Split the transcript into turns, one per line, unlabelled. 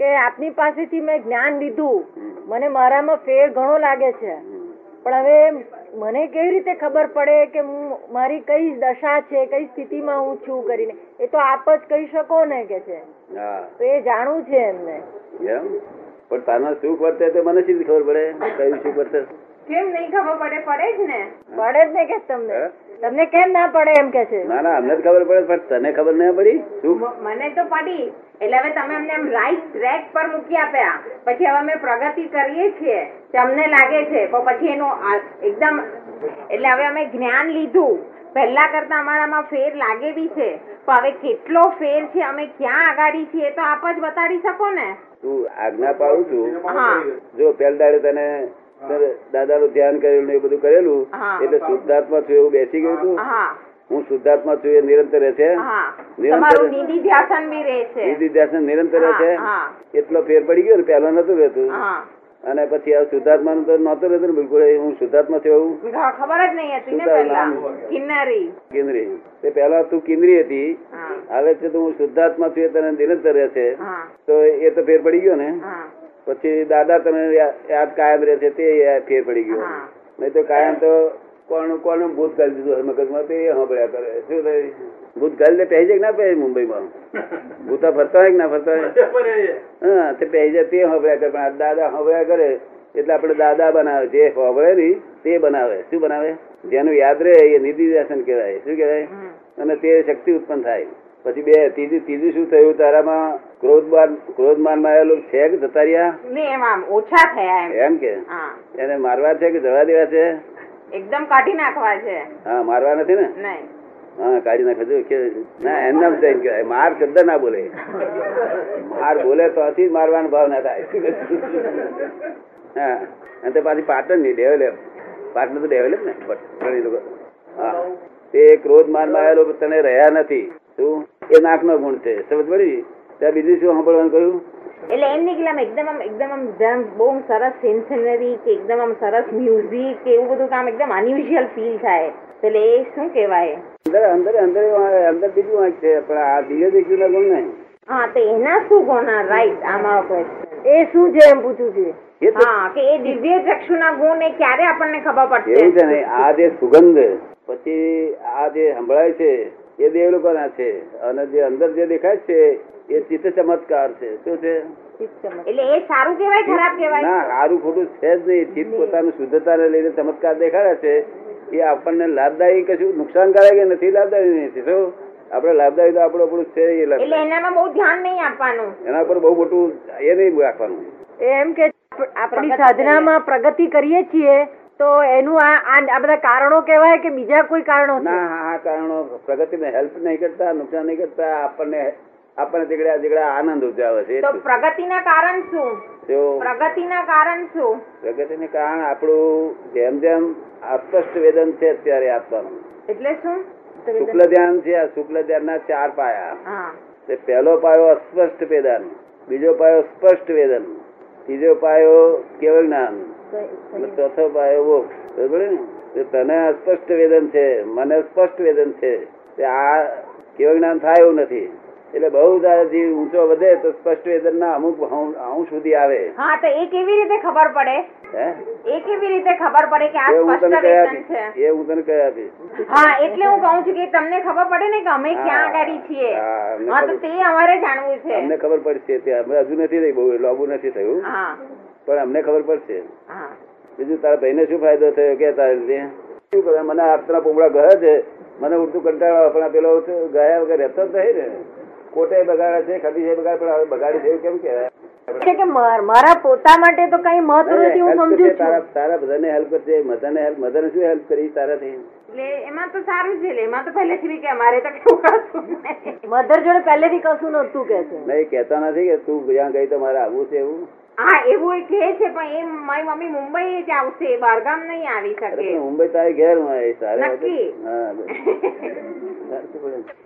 કે આપની પાસેથી મેં જ્ઞાન લીધું મને મારામાં ફેર ઘણો લાગે છે પણ હવે મને કેવી રીતે ખબર પડે કે હું મારી કઈ દશા છે કઈ સ્થિતિમાં હું છું કરીને એ તો આપ જ કહી શકો ને કે છે
હા
તો એ જાણવું છે એમને
એમ પણ તાના શું વર્તે તે મને શી ખબર પડે કયું શું વર્તે
કેમ નહીં ખબર પડે પડે
પડે
જ ને
જ ને કે તમને
હે?
તમને કેમ ના પડે એમ કે છે
ના ના અમને જ ખબર પડે પણ તને ખબર ના પડી શું
મ- મને તો પડી એટલે હવે તમે અમને એમ રાઈટ ટ્રેક પર મૂકી આપ્યા પછી હવે અમે પ્રગતિ કરીએ છીએ તમને લાગે છે પણ પછી એનો આ- એકદમ એટલે હવે અમે જ્ઞાન લીધું પહેલા કરતા અમારામાં ફેર લાગે બી છે પણ હવે કેટલો ફેર છે અમે ક્યાં આગાડી છીએ એ તો આપ જ બતાડી શકો ને
તું આજ્ઞા પાડું છું
હા
જો પહેલા દાડે તને તને દાદાનું ધ્યાન કરેલું ને એ બધું કરેલું
હા.
એટલે શુદ્ધાત્મા છું એવું બેસી ગયું તું
હા
હું શુદ્ધાત્મા છું એ નિરંતર રહેશે
હા
નિરંતર-
તમારું નિધિ ધ્યાસન બી રહે છે
નિધિ ધ્યાસન નિરંતર રહેશે
હા, હા.
એટલો ફેર પડી ગયો ને પહેલો નતું રહેતું
હા
અને પછી આ શુદ્ધાત્માનું તો નહોતું રહેતું ને બિલકુલ એ હું શુદ્ધાત્મા છું એવું
ઘ- ખબર જ નહીં હતી
શું
ને
તારું
પહેલા
નામ?
કિન્નરી
કેન્દ્રીય તે પહેલા તું કેન્દ્રીય હતી
હા
હવે છે તો હું શુદ્ધાત્મા છું એ તને નિરંતર રહેશે
હા
તો એ તો ફેર પડી ગયો ને
હા
પછી દાદા તને યા- યાદ કાયમ રહેશે તે યા- ફેર પડી ગયો
હા.
નહીં તો કાયમ તો કોણ કોણ ભૂત કરી દીધું હોય મગજમાં તે સાંભળ્યા કરે શું થાય ભૂત ગાલી પહેરી જાય કે ના પહેરી મુંબઈમાં ભૂતા ફરતા હોય કે ના ફરતા હોય હા તે પહેરી જાય તે સાંભળ્યા કરે પણ આ દાદા સાંભળ્યા કરે એટલે આપણે દાદા બનાવે જે સાંભળે નહીં તે બનાવે શું બનાવે જેનું યાદ રહે એ નિધિ દર્શન કહેવાય શું કહેવાય
હમ.
અને તે શક્તિ ઉત્પન્ન થાય પછી બે ત્રીજું ત્રીજું શું થયું તારામાં ક્રોધમાન ક્રોધમાનમાં આવેલું છે કે જતા રહ્યા
ને એમ આમ ઓછા થયા એમ
એમ કે
હા
એને મારવા છે કે જવા દેવા છે
એકદમ કાઢી નાખવા છે
હા મારવા નથી ને
નહીં
હા કાઢી નાખે જો કે ના એમના જ એમ કહેવાય માર શબ્દ ના બોલે માર બોલે તો અતિ જ મારવાનો ભાવ ના થાય હા અને તે પાછી પાટણ ની ડેવલપ પાટણ તો ડેવલપ ને પણ એ લોકો હા તે ક્રોધ માનમાં આવેલો તને રહ્યા નથી શું એ નાકનો ગુણ છે સમજ પડી ત્યાં બીજું શું સાંભળવાનું કહ્યું
એટલે એમ નહીં કે આમ એકદમ આમ એકદમ આમ જેમ બહુ આમ સરસ સિન્સિનરી કે એકદમ આમ સરસ મ્યુઝિક કે એવું બધું કામ એકદમ અનયુઝ્યુઅલ ફીલ થાય એટલે એ શું કહેવાય
અંદર અંદર અંદર એવું- અંદર બીજું વાંક છે પણ આ બીજો બીજું ના ગુણ નહીં
હા તો એના શું ગુણ રાઈટ આમાં question.
એ શું છે એમ પૂછું છું
એ તો
હા કે એ દિવ્ય ચક્ષુના ગુણ એ ક્યારે આપણને ખબર
એવું છે
પડશે
ને આ જે સુગંધ પછી આ જે સંભળાય છે એ દેવલોકોના છે અને જે અંદર જે દેખાય છે એ ચિત્ત ચમત્કાર છે શું છે
એટલે એ સારું કહેવાય ખરાબ કહેવાય
ના સારું ખોટું છે જ નહીં ચિત્ત પોતાનું શુદ્ધતાને લઈને ચમત્કાર દેખાડે છે એ આપણને લાભદાયી કશું નુકસાનકારક એ નથી લાભદાયી નથી શું આપણે લાભદાયી તો આપણું આપણું છે એ લાભ
એટલે એનામાં બહુ ધ્યાન નહીં આપવાનું
એના પર બહુ મોટું એ નહીં રાખવાનું
એ એમ કે આપણી સાધનામાં પ્રગતિ કરીએ છીએ તો એનું આ આ આ બધા કારણો કહેવાય કે બીજા કોઈ કારણો છે
ના આ કારણો પ્રગતિને હેલ્પ નહીં કરતા નુકસાન નહીં કરતા આપણને આપણને જીગડા જીગડા આનંદ ઉપજાવે છે
તો પ્રગતિના કારણ શું
જો
પ્રગતિના કારણ શું
પ્રગતિને કારણ આપણું જેમ જેમ અસ્પષ્ટ વેદન છે અત્યારે આપવાનું
એટલે શું
શુક્લ ધ્યાન છે આ શુક્લ ધ્યાનના ચાર પાયા
હા
તે પહેલો પાયો અસ્પષ્ટ વેદન બીજો પાયો સ્પષ્ટ વેદન ત્રીજો પાયો કેવળ જ્ઞાન અને ચોથો પાયો મોક્ષ બરોબર ને? તો તને અસ્પષ્ટ વેદન છે મને સ્પષ્ટ વેદન છે તે આ કેવળ જ્ઞાન થાય એવું નથી એટલે બહુ તારે જીવ ઊંચો વધે તો સ્પષ્ટ વેદનના અમુક અંશ સુધી આવે
હા તો એ કેવી રીતે ખબર પડે
હે
એ કેવી રીતે ખબર પડે કે આ
એ હું તને કહી
સ્પષ્ટ વેતન છે
આપીશ એ હું તને કહી આપીશ
હા એટલે હું કહું છું કે તમને ખબર પડે ને કે અમે ક્યાં આગાડી છીએ
હા, અમને
હા તો
ખબર.
તે અમારે જાણવું છે
અમને ખબર પડશે તે અમે હજુ નથી થઈ બહુ લાંબુ નથી થયું
હા
પણ અમને ખબર પડશે
હા
બીજું તારા ભાઈને શું ફાયદો થયો કે તારે લીધે? શું કરે મને આપના પોમડા ગયા છે મને ઉડતું કંટાળો આવે. પણ આ પેલો તો ગયા વગર રહેતો જ નહીં ને કોટે બગાડે છે ખબી છે બગાડે પણ હવે બગાડી છે એવું કેમ કહેવાય
છે કે માર- મારા પોતા માટે તો કઈ મહત્વ નથી હું
help
સમજુ
કરશે,
છું
તારા તારા બધાને હેલ્પ કરશે મધાને હેલ્પ મધાને શું હેલ્પ કરી તારાથી
એટલે એમાં તો સારું છે એટલે એમાં તો પહેલેથી બી કે અમારે તો કેવું કશું નહીં.
મધર જોડે પહેલેથી કશું નહોતું કે છે
નહીં કહેતા નથી કે તું જ્યાં ગઈ તો મારે આવવું છે એવું
હા એવું એ કહે છે પણ એ મારી મમ્મી મુંબઈ જ આવશે બહારગામ નહીં આવી
અરે
શકે
પણ મુંબઈ તારે ઘેર હોય તારે
નક્કી.
હા બસ. તારે શું પડે?